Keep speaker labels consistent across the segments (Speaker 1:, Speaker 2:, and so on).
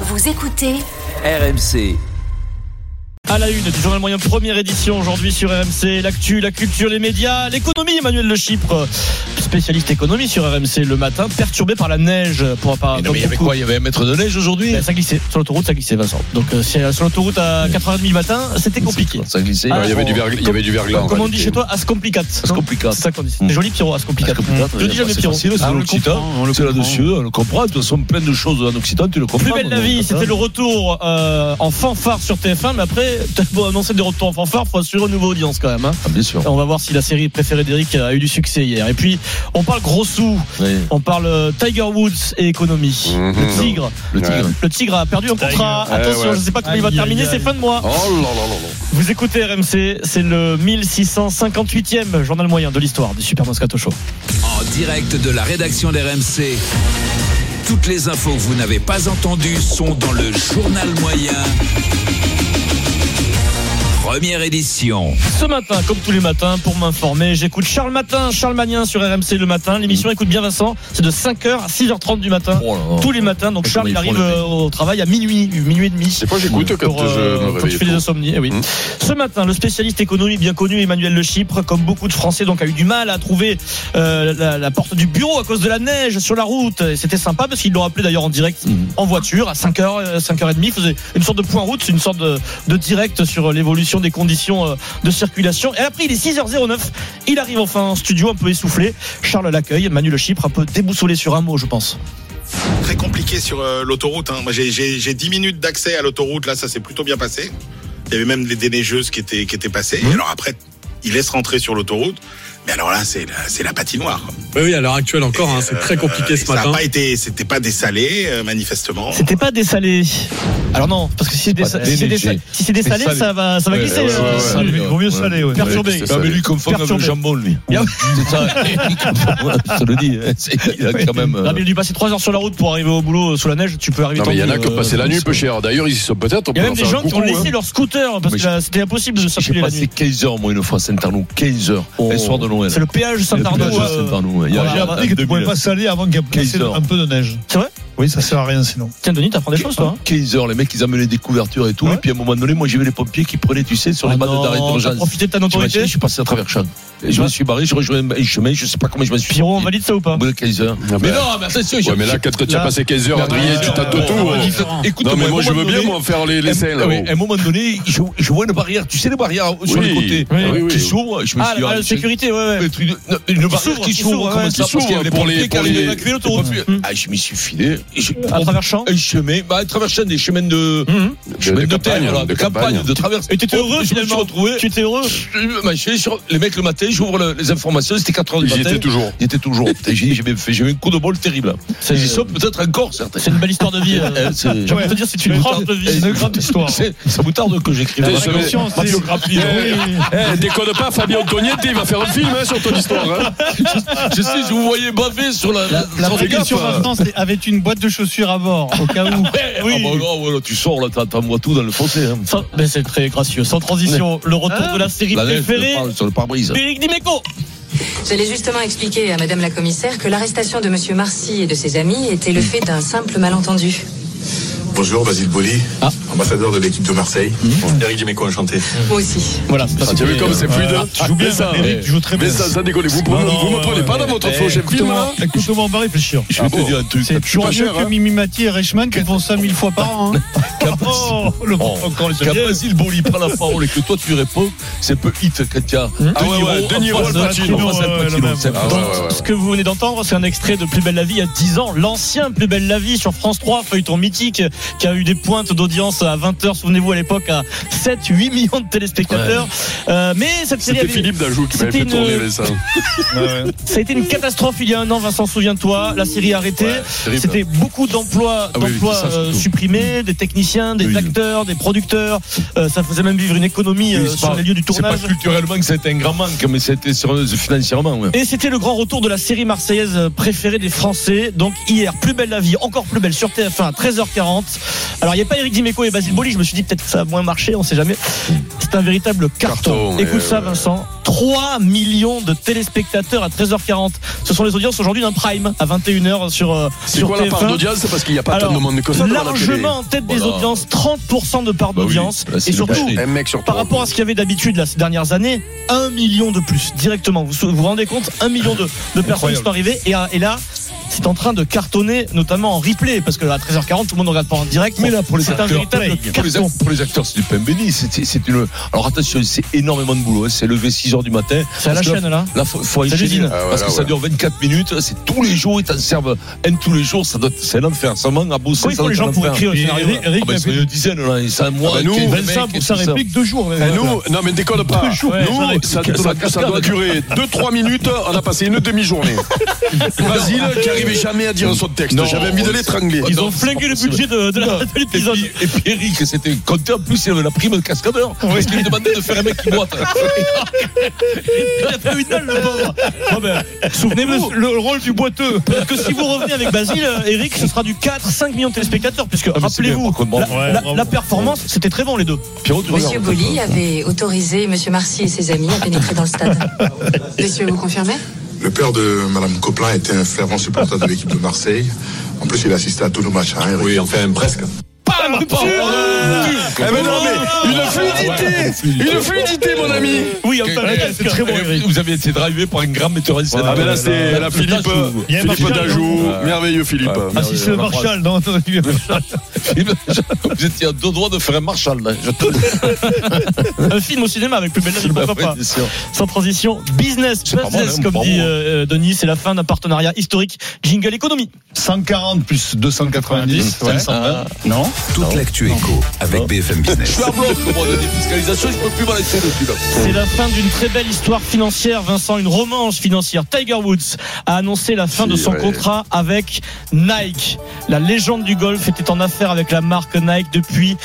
Speaker 1: Vous écoutez
Speaker 2: RMC.
Speaker 3: À la une du journal moyen première édition aujourd'hui sur RMC, l'actu, la culture, les médias, l'économie, Emmanuel Le Chypre, spécialiste économie sur RMC le matin, perturbé par la neige pour pas
Speaker 4: Mais non, mais il y avait quoi Il y avait un mètre de neige aujourd'hui
Speaker 3: ça glissait sur l'autoroute, ça glissait Vincent. Donc euh, si, euh, sur l'autoroute à 4h30 le matin, c'était compliqué.
Speaker 4: Ça glissait.
Speaker 3: Ah,
Speaker 4: il y avait du verglas.
Speaker 3: verglas.
Speaker 4: Il y avait du verglas. en
Speaker 3: Comme on
Speaker 4: réalité. Mm.
Speaker 3: dit chez toi, as complicate.
Speaker 4: C'est
Speaker 3: non
Speaker 4: compliqué.
Speaker 3: C'est ça qu'on dit. C'est joli Pierrot, as complicate. Je dis jamais Pierrot.
Speaker 4: C'est
Speaker 3: Ah, on le
Speaker 4: l'Occitan.
Speaker 3: comprend.
Speaker 4: C'est là-dessus. On le comprend. De toute façon, plein de choses en Occitan, tu le comprends.
Speaker 3: Plus belle la
Speaker 4: Ah,
Speaker 3: vie, c'était le retour euh, en fanfare sur TF1, mais après, t'as beau annoncer des retours en fanfare, faut assurer une nouvelle audience quand même. hein.
Speaker 4: Ah, Bien sûr.
Speaker 3: On va voir si la série préférée d'Eric a eu du succès hier. Et puis, on parle gros sous,
Speaker 4: Oui.
Speaker 3: on parle euh, Tiger Woods et économie.
Speaker 4: Mhm.
Speaker 3: Le tigre.
Speaker 4: Le tigre.
Speaker 3: Le tigre a perdu un contrat.
Speaker 4: Tiger.
Speaker 3: Attention,
Speaker 4: Eh ouais.
Speaker 3: je ne sais pas comment il va
Speaker 5: Aïe,
Speaker 3: terminer,
Speaker 5: aïe,
Speaker 3: c'est
Speaker 5: aïe.
Speaker 3: fin de mois.
Speaker 4: Oh là là là là.
Speaker 3: Vous écoutez RMC, c'est le 1658e journal moyen de l'histoire du Super Moscato Show.
Speaker 2: En direct de la rédaction d'RMC. Toutes les infos que vous n'avez pas entendues sont dans le journal moyen. Première édition.
Speaker 3: Ce matin, comme tous les matins, pour m'informer, j'écoute Charles Matin, Charles Magnin sur RMC le matin. L'émission écoute bien Vincent, c'est de 5h à 6h30 du matin.
Speaker 4: Oh là là.
Speaker 3: Tous les matins, donc Charles il
Speaker 4: Comment ils
Speaker 3: arrive
Speaker 4: font, les mecs
Speaker 3: euh, au travail à minuit, minuit et demi.
Speaker 6: Des fois, j'écoute quand
Speaker 3: Pour,
Speaker 6: je
Speaker 3: euh,
Speaker 6: me
Speaker 3: quand tu
Speaker 6: réveille.
Speaker 3: fais des insomnies, eh oui.
Speaker 6: Mm.
Speaker 3: Ce matin, le spécialiste économie bien connu Emmanuel Le Chypre, comme beaucoup de Français, donc a eu du mal à trouver euh, la, la porte du bureau à cause de la neige sur la route. Et C'était sympa parce qu'ils l'ont appelé d'ailleurs en direct
Speaker 6: Hmm.
Speaker 3: en voiture à euh, 5h, 5h30. Il faisait une sorte de point route, c'est une sorte de, de direct sur l'évolution des conditions euh, de circulation. Et après, il est 6h09. Il arrive enfin en studio un peu essoufflé. Charles l'accueille. Emmanuel Le Chypre un peu déboussolé sur un mot, je pense.
Speaker 6: Très compliqué sur euh, l'autoroute. hein. Moi, j'ai- j'ai j'ai 10 minutes d'accès à l'autoroute. Là, ça s'est plutôt bien passé. Il y avait même des déneigeuses qui étaient, qui étaient passées.
Speaker 7: Mmh.
Speaker 6: Et alors après, il laisse rentrer sur l'autoroute. Mais alors là, c'est la, c'est la patinoire.
Speaker 8: Oui, oui, à l'heure actuelle encore, hein, c'est très
Speaker 6: Euh,
Speaker 8: compliqué
Speaker 6: et
Speaker 8: ce
Speaker 6: ça a
Speaker 8: matin.
Speaker 6: pas été, c'était pas dessalé, euh, manifestement.
Speaker 3: C'était pas dessalé. Alors non, parce que si c'est désa- si c'est désa- si c'est désalé,
Speaker 4: salé.
Speaker 3: ça va, ça va glisser.
Speaker 4: ouais, ouais,
Speaker 3: euh,
Speaker 4: ouais,
Speaker 3: vaut mieux salé, ouais. Perturbé.
Speaker 4: Non, mais lui, il confond avec le
Speaker 3: Perturbé.
Speaker 4: jambon, lui.
Speaker 3: Bien.
Speaker 4: C'est ça. Il confond, Je te le dis. hein. C'est- Il a quand même. euh,
Speaker 3: Non, mais il a dû passer 3 heures sur la route pour arriver au boulot euh, sous la neige. Tu peux arriver.
Speaker 9: Non, mais il y en a
Speaker 3: tendu,
Speaker 9: qui ont
Speaker 3: euh,
Speaker 9: passé la nuit peu cher. D'ailleurs, ils y sont peut-être. on
Speaker 3: Il y a
Speaker 9: peut
Speaker 3: même
Speaker 9: leur
Speaker 3: des
Speaker 9: faire un
Speaker 3: gens qui ont
Speaker 9: coucou,
Speaker 3: laissé
Speaker 9: hein.
Speaker 3: leur scooter parce
Speaker 4: Mais
Speaker 3: que
Speaker 4: je-
Speaker 3: là, c'était impossible de
Speaker 4: J'ai
Speaker 3: circuler la
Speaker 4: passé
Speaker 3: nuit.
Speaker 4: 15 heures, moi, une fois à Saint-Arnaud. 15 heures. Un soir de Noël.
Speaker 3: C'est le péage Saint-Arnaud.
Speaker 4: Le village de
Speaker 3: euh,
Speaker 4: Saint-Arnaud, ouais. Il y a-
Speaker 3: voilà.
Speaker 4: il y a-
Speaker 5: Patrick, tu pouvais pas saler avant qu'il y ait passé
Speaker 4: 15 heures.
Speaker 5: un peu de neige.
Speaker 3: C'est vrai
Speaker 5: Oui, ça sert à rien sinon.
Speaker 3: Tiens, Denis, t'apprends des choses, toi. hein
Speaker 4: 15 heures, les mecs, ils amenaient des couvertures et tout.
Speaker 3: Ouais.
Speaker 4: Et puis à un moment donné, moi, j'ai vu les pompiers qui prenaient, tu sais, sur les
Speaker 3: Ah
Speaker 4: bandes d'arrêt
Speaker 3: non, t'as
Speaker 4: d'urgence.
Speaker 3: Profiter de ta
Speaker 4: T'imagines,
Speaker 3: notoriété.
Speaker 4: Je suis passé à travers Champs. Et je me suis barré, je rejoins un chemin, je sais pas comment je me suis.
Speaker 3: Pierrot, on
Speaker 4: sorti.
Speaker 3: valide ça ou pas
Speaker 4: Au bout de 15 heures.
Speaker 9: Ah
Speaker 4: Mais
Speaker 9: ben,
Speaker 4: non, mais attention, j'ai-
Speaker 9: Ouais, mais là, quand tu as
Speaker 4: Là-
Speaker 9: passé 15 heures, Adrien, tu t'attends tout.
Speaker 4: Ouais,
Speaker 9: hein.
Speaker 4: Écoute,
Speaker 9: Non, mais moi,
Speaker 4: à un
Speaker 9: je veux
Speaker 4: moment
Speaker 9: bien,
Speaker 4: donné-
Speaker 9: moi, faire les les selles.
Speaker 4: Ah oui,
Speaker 9: là-haut.
Speaker 4: à un moment donné, je, je vois une barrière, tu sais, les barrières sur
Speaker 9: Oui.
Speaker 4: les côtés
Speaker 9: Oui, oui,
Speaker 4: qui
Speaker 9: oui.
Speaker 4: s'ouvrent. Je me
Speaker 3: Ah,
Speaker 4: suis dit,
Speaker 3: la,
Speaker 4: ah,
Speaker 3: la
Speaker 4: c'est-
Speaker 3: sécurité, ouais, ouais.
Speaker 4: le truc de- non, Une barrière
Speaker 3: s'ouvre,
Speaker 4: qui
Speaker 3: qui
Speaker 4: s'ouvre,
Speaker 3: s'ouvre,
Speaker 4: comment
Speaker 3: ouais,
Speaker 4: ça
Speaker 9: qui
Speaker 4: Parce qu'il y
Speaker 9: s'ouvre
Speaker 4: avait
Speaker 9: pour
Speaker 4: pompiers
Speaker 9: les-
Speaker 4: qui
Speaker 9: pour
Speaker 4: arrivaient à
Speaker 9: les-
Speaker 4: évacuer l'autoroute.
Speaker 3: Mm.
Speaker 4: Ah, je m'y suis filé. et j'ai-
Speaker 3: À travers champs.
Speaker 4: Un chemin, bah, à travers champs, des chemins de.
Speaker 3: Mhm.
Speaker 4: chemins
Speaker 9: de campagne,
Speaker 4: terre, voilà,
Speaker 9: de
Speaker 4: de campagne,
Speaker 9: campagne.
Speaker 4: de traverse.
Speaker 3: Et t'étais
Speaker 4: Oh,
Speaker 3: heureux,
Speaker 4: je me suis
Speaker 3: finalement.
Speaker 4: retrouvé.
Speaker 3: Tu étais heureux
Speaker 4: Je- bah, je suis sur- Les mecs, le matin, j'ouvre le- les informations, c'était 4h du
Speaker 9: Ils y
Speaker 4: matin.
Speaker 9: étaient toujours.
Speaker 4: Il était toujours. Putain, J'ai dit, j'ai bien fait, j'ai eu un coup de bol terrible.
Speaker 3: C'est
Speaker 4: Ils sont peut-être encore certains.
Speaker 3: c'est une belle histoire de vie. euh.
Speaker 4: Eh, c'est-
Speaker 3: J'ai envie de te dire, c'est une grande vie.
Speaker 4: Eh, c'est- Ça vous tarde que j'écrive.
Speaker 9: Putain,
Speaker 4: la
Speaker 9: ça
Speaker 4: raconte.
Speaker 9: va-
Speaker 4: Ma biographie.
Speaker 9: Eh, déconne pas, Fabien Antoniette, il va faire un film hein, sur ton histoire. hein.
Speaker 4: Je sais, je vous voyais baver sur la.
Speaker 5: La
Speaker 4: sur les
Speaker 5: question
Speaker 4: gaffes.
Speaker 5: maintenant, c'est avait une boîte de chaussures à bord, au cas où.
Speaker 4: Ah bah non, voilà, tu sors là, t'en- t'envoies tout dans le fossé. hein.
Speaker 3: Sans- mais c'est très gracieux. Sans transition, le retour
Speaker 5: Hein
Speaker 3: de la série
Speaker 4: La neige
Speaker 3: préférée
Speaker 4: sur le pare- sur le pare-brise.
Speaker 3: d'Éric Dimeco.
Speaker 10: J'allais justement expliquer à Madame la Commissaire que l'arrestation de Monsieur Marcy et de ses amis était le fait d'un simple malentendu.
Speaker 7: Bonjour Basile Boli, ambassadeur de l'équipe de Marseille. Ah. Mmh. Eric Dimeco, enchanté.
Speaker 10: Moi aussi.
Speaker 3: Voilà, c'est pas
Speaker 9: Tu as vu comme c'est fluide
Speaker 5: Tu joues bien,
Speaker 9: Mais ça,
Speaker 5: Eric, tu joues très bien.
Speaker 9: mais ça, ça déconne. Vous
Speaker 5: Non,
Speaker 9: prenez-
Speaker 5: non,
Speaker 9: vous me prenez pas
Speaker 5: euh,
Speaker 9: dans votre
Speaker 5: eh,
Speaker 9: faux chef film, hein.
Speaker 5: écoute-moi,
Speaker 9: là
Speaker 5: Écoute-moi, on va réfléchir. Ah
Speaker 4: Je vais te dire un truc.
Speaker 5: C'est toujours
Speaker 9: pas
Speaker 5: mieux
Speaker 9: cher,
Speaker 5: que
Speaker 9: hein.
Speaker 5: Mimi Mati et Reichmann qui font ça mille fois par an. hein.
Speaker 4: Oh, le
Speaker 5: bon, encore les
Speaker 4: Quand Basile Boli prend la parole et que toi tu réponds, c'est un peu hit quand il y a
Speaker 9: Ah ouais, ouais, De Niro, Al Pacino.
Speaker 4: en face d'Al
Speaker 5: ouais,
Speaker 4: Pacino.
Speaker 5: le même.
Speaker 4: C'est
Speaker 9: Ah ouais, ouais, ouais.
Speaker 3: Ce que vous venez d'entendre, c'est un extrait de Plus belle la vie il y a 10 ans, l'ancien Plus belle la vie sur France 3, feuilleton mythique, qui a eu des pointes d'audience à 20h, souvenez-vous à l'époque, à 7-8 millions de téléspectateurs. Euh, mais cette série
Speaker 9: C'était
Speaker 3: avait-
Speaker 9: Philippe Dajou qui m'avait
Speaker 3: C'était
Speaker 9: fait
Speaker 3: une-
Speaker 9: tourner les seins.
Speaker 3: ça a été une catastrophe il y a un an, Vincent, souviens-toi, la série arrêtée.
Speaker 4: terrible.
Speaker 3: C'était beaucoup d'emplois
Speaker 4: Ah oui, oui,
Speaker 3: d'emplois,
Speaker 4: c'est ça,
Speaker 3: euh,
Speaker 4: surtout.
Speaker 3: supprimés, des techniciens, des
Speaker 4: Oui.
Speaker 3: acteurs, des producteurs. Euh, ça faisait même vivre une économie euh,
Speaker 4: Oui, c'est
Speaker 3: sur
Speaker 4: pas-
Speaker 3: les lieux du
Speaker 4: C'est pas
Speaker 3: tournage.
Speaker 4: culturellement que c'était un grand manque, mais c'était sur- financièrement. ouais.
Speaker 3: Et c'était le grand retour de la série marseillaise préférée des Français. Donc hier, plus belle la vie, encore plus belle sur TF1 à 13h40. Alors il n'y a pas Eric Dimeco et Basile Boli, je me suis dit peut-être que ça a moins marché, on sait jamais. C'est un véritable carton.
Speaker 9: Carton,
Speaker 3: Écoute
Speaker 9: ouais,
Speaker 3: ça
Speaker 9: ouais.
Speaker 3: Vincent, 3 millions de téléspectateurs à 13h40. Ce sont les audiences aujourd'hui d'un prime à 21h sur, euh,
Speaker 9: C'est
Speaker 3: sur
Speaker 9: quoi la part
Speaker 3: TF1.
Speaker 9: d'audience C'est parce qu'il n'y a pas
Speaker 3: Alors,
Speaker 9: tant de monde que ça. devant la télé.
Speaker 3: largement en tête des
Speaker 9: Voilà.
Speaker 3: audiences, 30% de part
Speaker 4: Bah oui,
Speaker 3: d'audience.
Speaker 4: là, c'est
Speaker 3: et
Speaker 4: une
Speaker 3: surtout,
Speaker 4: vacherie.
Speaker 9: Un mec sur
Speaker 3: par
Speaker 9: trois.
Speaker 3: rapport à ce qu'il y avait d'habitude là, ces dernières années, 1 million de plus directement. Vous vous vous rendez compte 1 million de, de personnes qui sont arrivées. Et, à- et là, c'est en train de cartonner, notamment en replay, parce que à 13h40, tout le monde ne regarde pas en direct. Mais là, pour les c'est un véritable
Speaker 4: Pour les,
Speaker 3: carton.
Speaker 4: act- pour les acteurs, c'est du pain béni. C'est- C'est c'est une. Alors attention, c'est énormément de boulot. hein. C'est levé 6 h du matin.
Speaker 3: C'est à la
Speaker 4: Parce que
Speaker 3: chaîne là.
Speaker 4: Là, faut, faut aller
Speaker 3: C'est
Speaker 4: chez
Speaker 3: l'usine.
Speaker 4: lui,
Speaker 7: Ah,
Speaker 4: parce
Speaker 7: voilà,
Speaker 4: que ça
Speaker 7: voilà.
Speaker 4: dure 24 minutes. C'est tous les jours. Ils t'en servent un tous les jours. Ça doit. C'est un enfer. Ça manque à bosser.
Speaker 3: Comment ils font
Speaker 4: ça doit
Speaker 3: les
Speaker 4: être un
Speaker 3: gens pour
Speaker 4: enfer.
Speaker 3: écrire le scénario
Speaker 5: Eric- Eric
Speaker 4: Ah, ben,
Speaker 5: l'a
Speaker 4: c'est une dizaine là, et ça mois.
Speaker 9: Ah, bah, nous,
Speaker 4: quinze
Speaker 5: Vincent
Speaker 4: mecs,
Speaker 5: pour sa
Speaker 4: tout ça.
Speaker 5: réplique, deux jours.
Speaker 9: Eh, nous, non mais déconne pas.
Speaker 5: jours, ouais,
Speaker 9: Nous,
Speaker 5: j'arrête.
Speaker 9: ça, ça- ça doit durer 2-3 minutes. On a passé une demi-journée. Basile qui arrivait jamais à dire son texte. J'avais envie de l'étrangler.
Speaker 3: Ils ont
Speaker 4: Non, c'est
Speaker 3: flingué
Speaker 4: pas
Speaker 3: le
Speaker 4: possible.
Speaker 3: budget de, de la- de
Speaker 4: Et
Speaker 3: l'épisode.
Speaker 4: puis, et puis Eric, c'était compté en plus, il avait la prime cascadeur. Parce qu'il lui demandait de faire un mec qui boite.
Speaker 3: Il a pris une dalle, le pauvre. Bon, ben, Souvenez-vous,
Speaker 5: Le rôle du boiteux.
Speaker 3: Parce que si vous revenez avec Basile, euh, Eric, ce sera du 4-5 millions de téléspectateurs, puisque
Speaker 4: Ah, mais c'est bien,
Speaker 3: rappelez-vous,
Speaker 4: par contre,
Speaker 3: la,
Speaker 4: bravo.
Speaker 5: Ouais,
Speaker 3: la-
Speaker 5: bravo.
Speaker 3: la performance, c'était très bon les deux.
Speaker 4: Pierrot, tu
Speaker 10: Monsieur Boli avait autorisé Monsieur Marcy et ses amis à pénétrer dans le stade. Messieurs, vous confirmez
Speaker 7: Le père de Madame Copelin était un fervent supporter de l'équipe de Marseille. En plus, il assistait à tous nos matchs. Hein, oui, enfin, presque.
Speaker 3: Ah, Oh
Speaker 9: Eh ben non, mais une
Speaker 4: Ah,
Speaker 9: fluidité Une fluidité, mon ami
Speaker 3: Oui, enfin, presque.
Speaker 5: C'est très bon, Eric.
Speaker 4: Vous avez été drivé par un grand metteur en scène.
Speaker 9: Ah ben là, c'est la Philippe,
Speaker 5: Il y a
Speaker 9: Philippe
Speaker 5: Martial,
Speaker 9: Dajou. Merveilleux, Philippe.
Speaker 4: Euh,
Speaker 5: Ah, si c'est le Marshall, non, non, il est Marshall.
Speaker 4: Vous étiez à deux doigts de faire un Marshall. Là. Je te
Speaker 3: un film au cinéma avec plus belle lettre, pourquoi pas. Sans transition, business,
Speaker 4: C'est pas mal,
Speaker 3: business,
Speaker 4: hein,
Speaker 3: comme
Speaker 4: bravo.
Speaker 3: dit euh, euh, Denis, c'est la fin d'un partenariat historique. Jingle économie.
Speaker 5: 140 plus 290,
Speaker 4: Ouais.
Speaker 5: 520. Non
Speaker 2: Toute l'actu éco avec BFM
Speaker 4: Je
Speaker 2: Business.
Speaker 4: suis à bloc pour moi de défiscalisation, je peux plus m'arrêter dessus. Là.
Speaker 3: C'est la fin d'une très belle histoire financière, Vincent, une romance financière. Tiger Woods a annoncé la fin de son
Speaker 9: ouais.
Speaker 3: contrat avec Nike. La légende du golf était en affaire avec la marque Nike depuis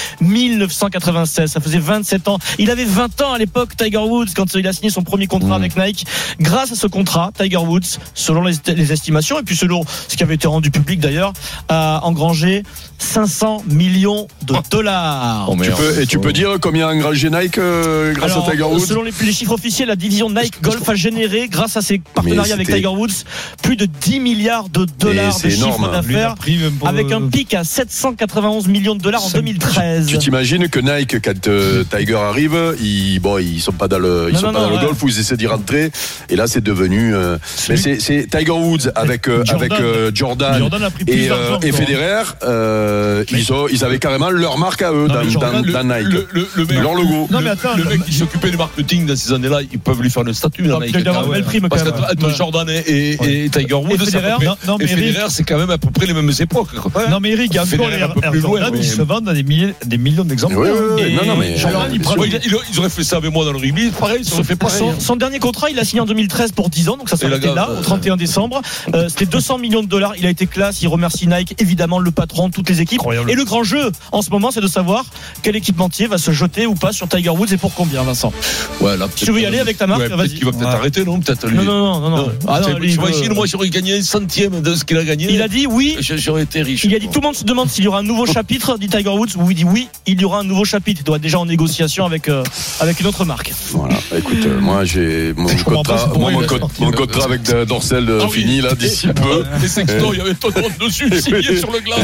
Speaker 3: 1996. Ça faisait 27 ans. Il avait 20 ans à l'époque, Tiger Woods, quand il a signé son premier contrat avec Nike. Grâce à ce contrat, Tiger Woods, selon les, les estimations, et puis selon ce qui avait été rendu public d'ailleurs, a engrangé 500 millions de dollars.
Speaker 4: Oh,
Speaker 5: Oh,
Speaker 9: Tu peux, et tu peux dire combien a engrangé Nike euh, grâce
Speaker 3: Alors,
Speaker 9: à Tiger Woods
Speaker 3: Selon les, les chiffres officiels, la division Nike Golf a généré, grâce à ses partenariats avec
Speaker 9: c'était-
Speaker 3: Tiger Woods, plus de 10 milliards de dollars
Speaker 9: c'est
Speaker 3: de chiffre
Speaker 9: énorme. hein.
Speaker 5: Lui, il a
Speaker 3: d'affaires.
Speaker 5: pris, euh,
Speaker 3: Avec un pic à 791 millions de dollars en
Speaker 4: Ça-
Speaker 3: 2013.
Speaker 9: Tu t'imagines que Nike, quand euh, Tiger arrive, ils, bon, ils sont pas dans le, ils
Speaker 3: Non,
Speaker 9: sont
Speaker 3: non,
Speaker 9: pas
Speaker 3: non,
Speaker 9: dans
Speaker 3: ouais.
Speaker 9: le golf où ils essaient d'y rentrer. Et là, c'est devenu. euh, mais c'est c'est Tiger Woods avec euh,
Speaker 5: Jordan.
Speaker 9: avec euh, Jordan,
Speaker 5: Jordan a pris plus
Speaker 9: et, euh,
Speaker 5: d'argent.
Speaker 9: et
Speaker 5: encore, hein.
Speaker 9: Federer. euh, ils ont, ils avaient carrément leur marque à eux dans,
Speaker 5: mais Jordan,
Speaker 9: dans- dans Nike.
Speaker 4: Le, le, le mec,
Speaker 9: leur logo.
Speaker 5: Non, mais attends,
Speaker 4: le mec qui s'occupait du marketing dans ces années-là, ils peuvent lui faire le statut. là,
Speaker 3: Non,
Speaker 4: Nike.
Speaker 3: il doit avoir une belle prime,
Speaker 4: Parce
Speaker 3: quand même.
Speaker 4: qu'entre
Speaker 3: Ouais.
Speaker 4: Jordan et, et- et Tiger Woods, c'est à peu
Speaker 3: Federer,
Speaker 4: près-
Speaker 5: non, non,
Speaker 4: et
Speaker 5: mais Eric-
Speaker 4: Federer, c'est quand même à peu près les mêmes époques. quoi.
Speaker 5: Non mais Eric, il y a encore
Speaker 4: Federer
Speaker 5: les
Speaker 4: un peu
Speaker 5: Air
Speaker 4: plus loin,
Speaker 5: Jordan,
Speaker 4: oui.
Speaker 5: ils se vendent à des, milliers, des millions d'exemplaires.
Speaker 9: Oui, oui, oui.
Speaker 5: Et
Speaker 9: Non, non, mais- euh,
Speaker 5: Jordan, il prend
Speaker 4: Ouais, il- il- ils auraient fait ça avec moi dans le rugby, pareil, ils auraient fait pareil. hein.
Speaker 3: Son, son dernier contrat, il l'a signé en 2013 pour 10 ans, donc ça
Speaker 4: Et la
Speaker 3: s'arrêtait là,
Speaker 4: gamme,
Speaker 3: au 31 décembre. Euh, C'était 200 millions de dollars. Il a été classe. Il remercie Nike, évidemment, le patron, toutes les équipes.
Speaker 5: Incroyable.
Speaker 3: Et le grand jeu, en ce moment, c'est de savoir quel équipementier va se jeter ou pas sur Tiger Woods et pour combien, Vincent.
Speaker 4: Ouais, là, peut-être-
Speaker 3: Tu veux y aller avec ta marque
Speaker 4: Ouais,
Speaker 3: Vas-y.
Speaker 4: peut-être qu'il va peut-être
Speaker 5: Ouais.
Speaker 4: arrêter, non Peut-être lui.
Speaker 3: Non, non, non, non. non. Ah non, lui,
Speaker 4: tu
Speaker 3: il
Speaker 4: vois,
Speaker 3: veut-
Speaker 4: ici, moi, j'aurais gagné un centième de ce qu'il a gagné.
Speaker 3: il a dit oui.
Speaker 4: Je- J'aurais été riche.
Speaker 3: Il a dit tout le monde se demande s'il y aura un nouveau chapitre, dit Tiger Woods. Oui, il dit oui, il y aura un nouveau chapitre. Il doit être déjà en négociation avec, euh, avec une autre marque.
Speaker 9: Voilà. Écoute, euh, moi, j'ai mon
Speaker 5: Je comprends pas,
Speaker 9: contrat,
Speaker 5: c'est
Speaker 9: moi,
Speaker 5: pour
Speaker 9: mon
Speaker 5: lui,
Speaker 9: co- mon contrat avec euh, Dorsel euh,
Speaker 4: Ah oui.
Speaker 9: fini là d'ici peu.
Speaker 4: Les sextos, il y avait ton nom dessus, signé sur le gland.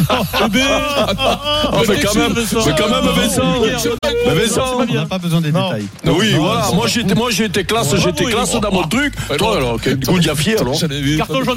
Speaker 3: Bébé
Speaker 9: Ah, mais quand même, mais quand même, Vincent.
Speaker 4: Bah,
Speaker 9: Mais Vincent,
Speaker 5: On n'a pas besoin des
Speaker 3: Non.
Speaker 5: détails.
Speaker 9: Oui, voilà. Moi, j'étais, moi, j'étais classe, j'étais classe dans mon truc. Toi, alors, quel goût de la fière, alors.
Speaker 4: J'en ai vu.
Speaker 3: Carton jaune.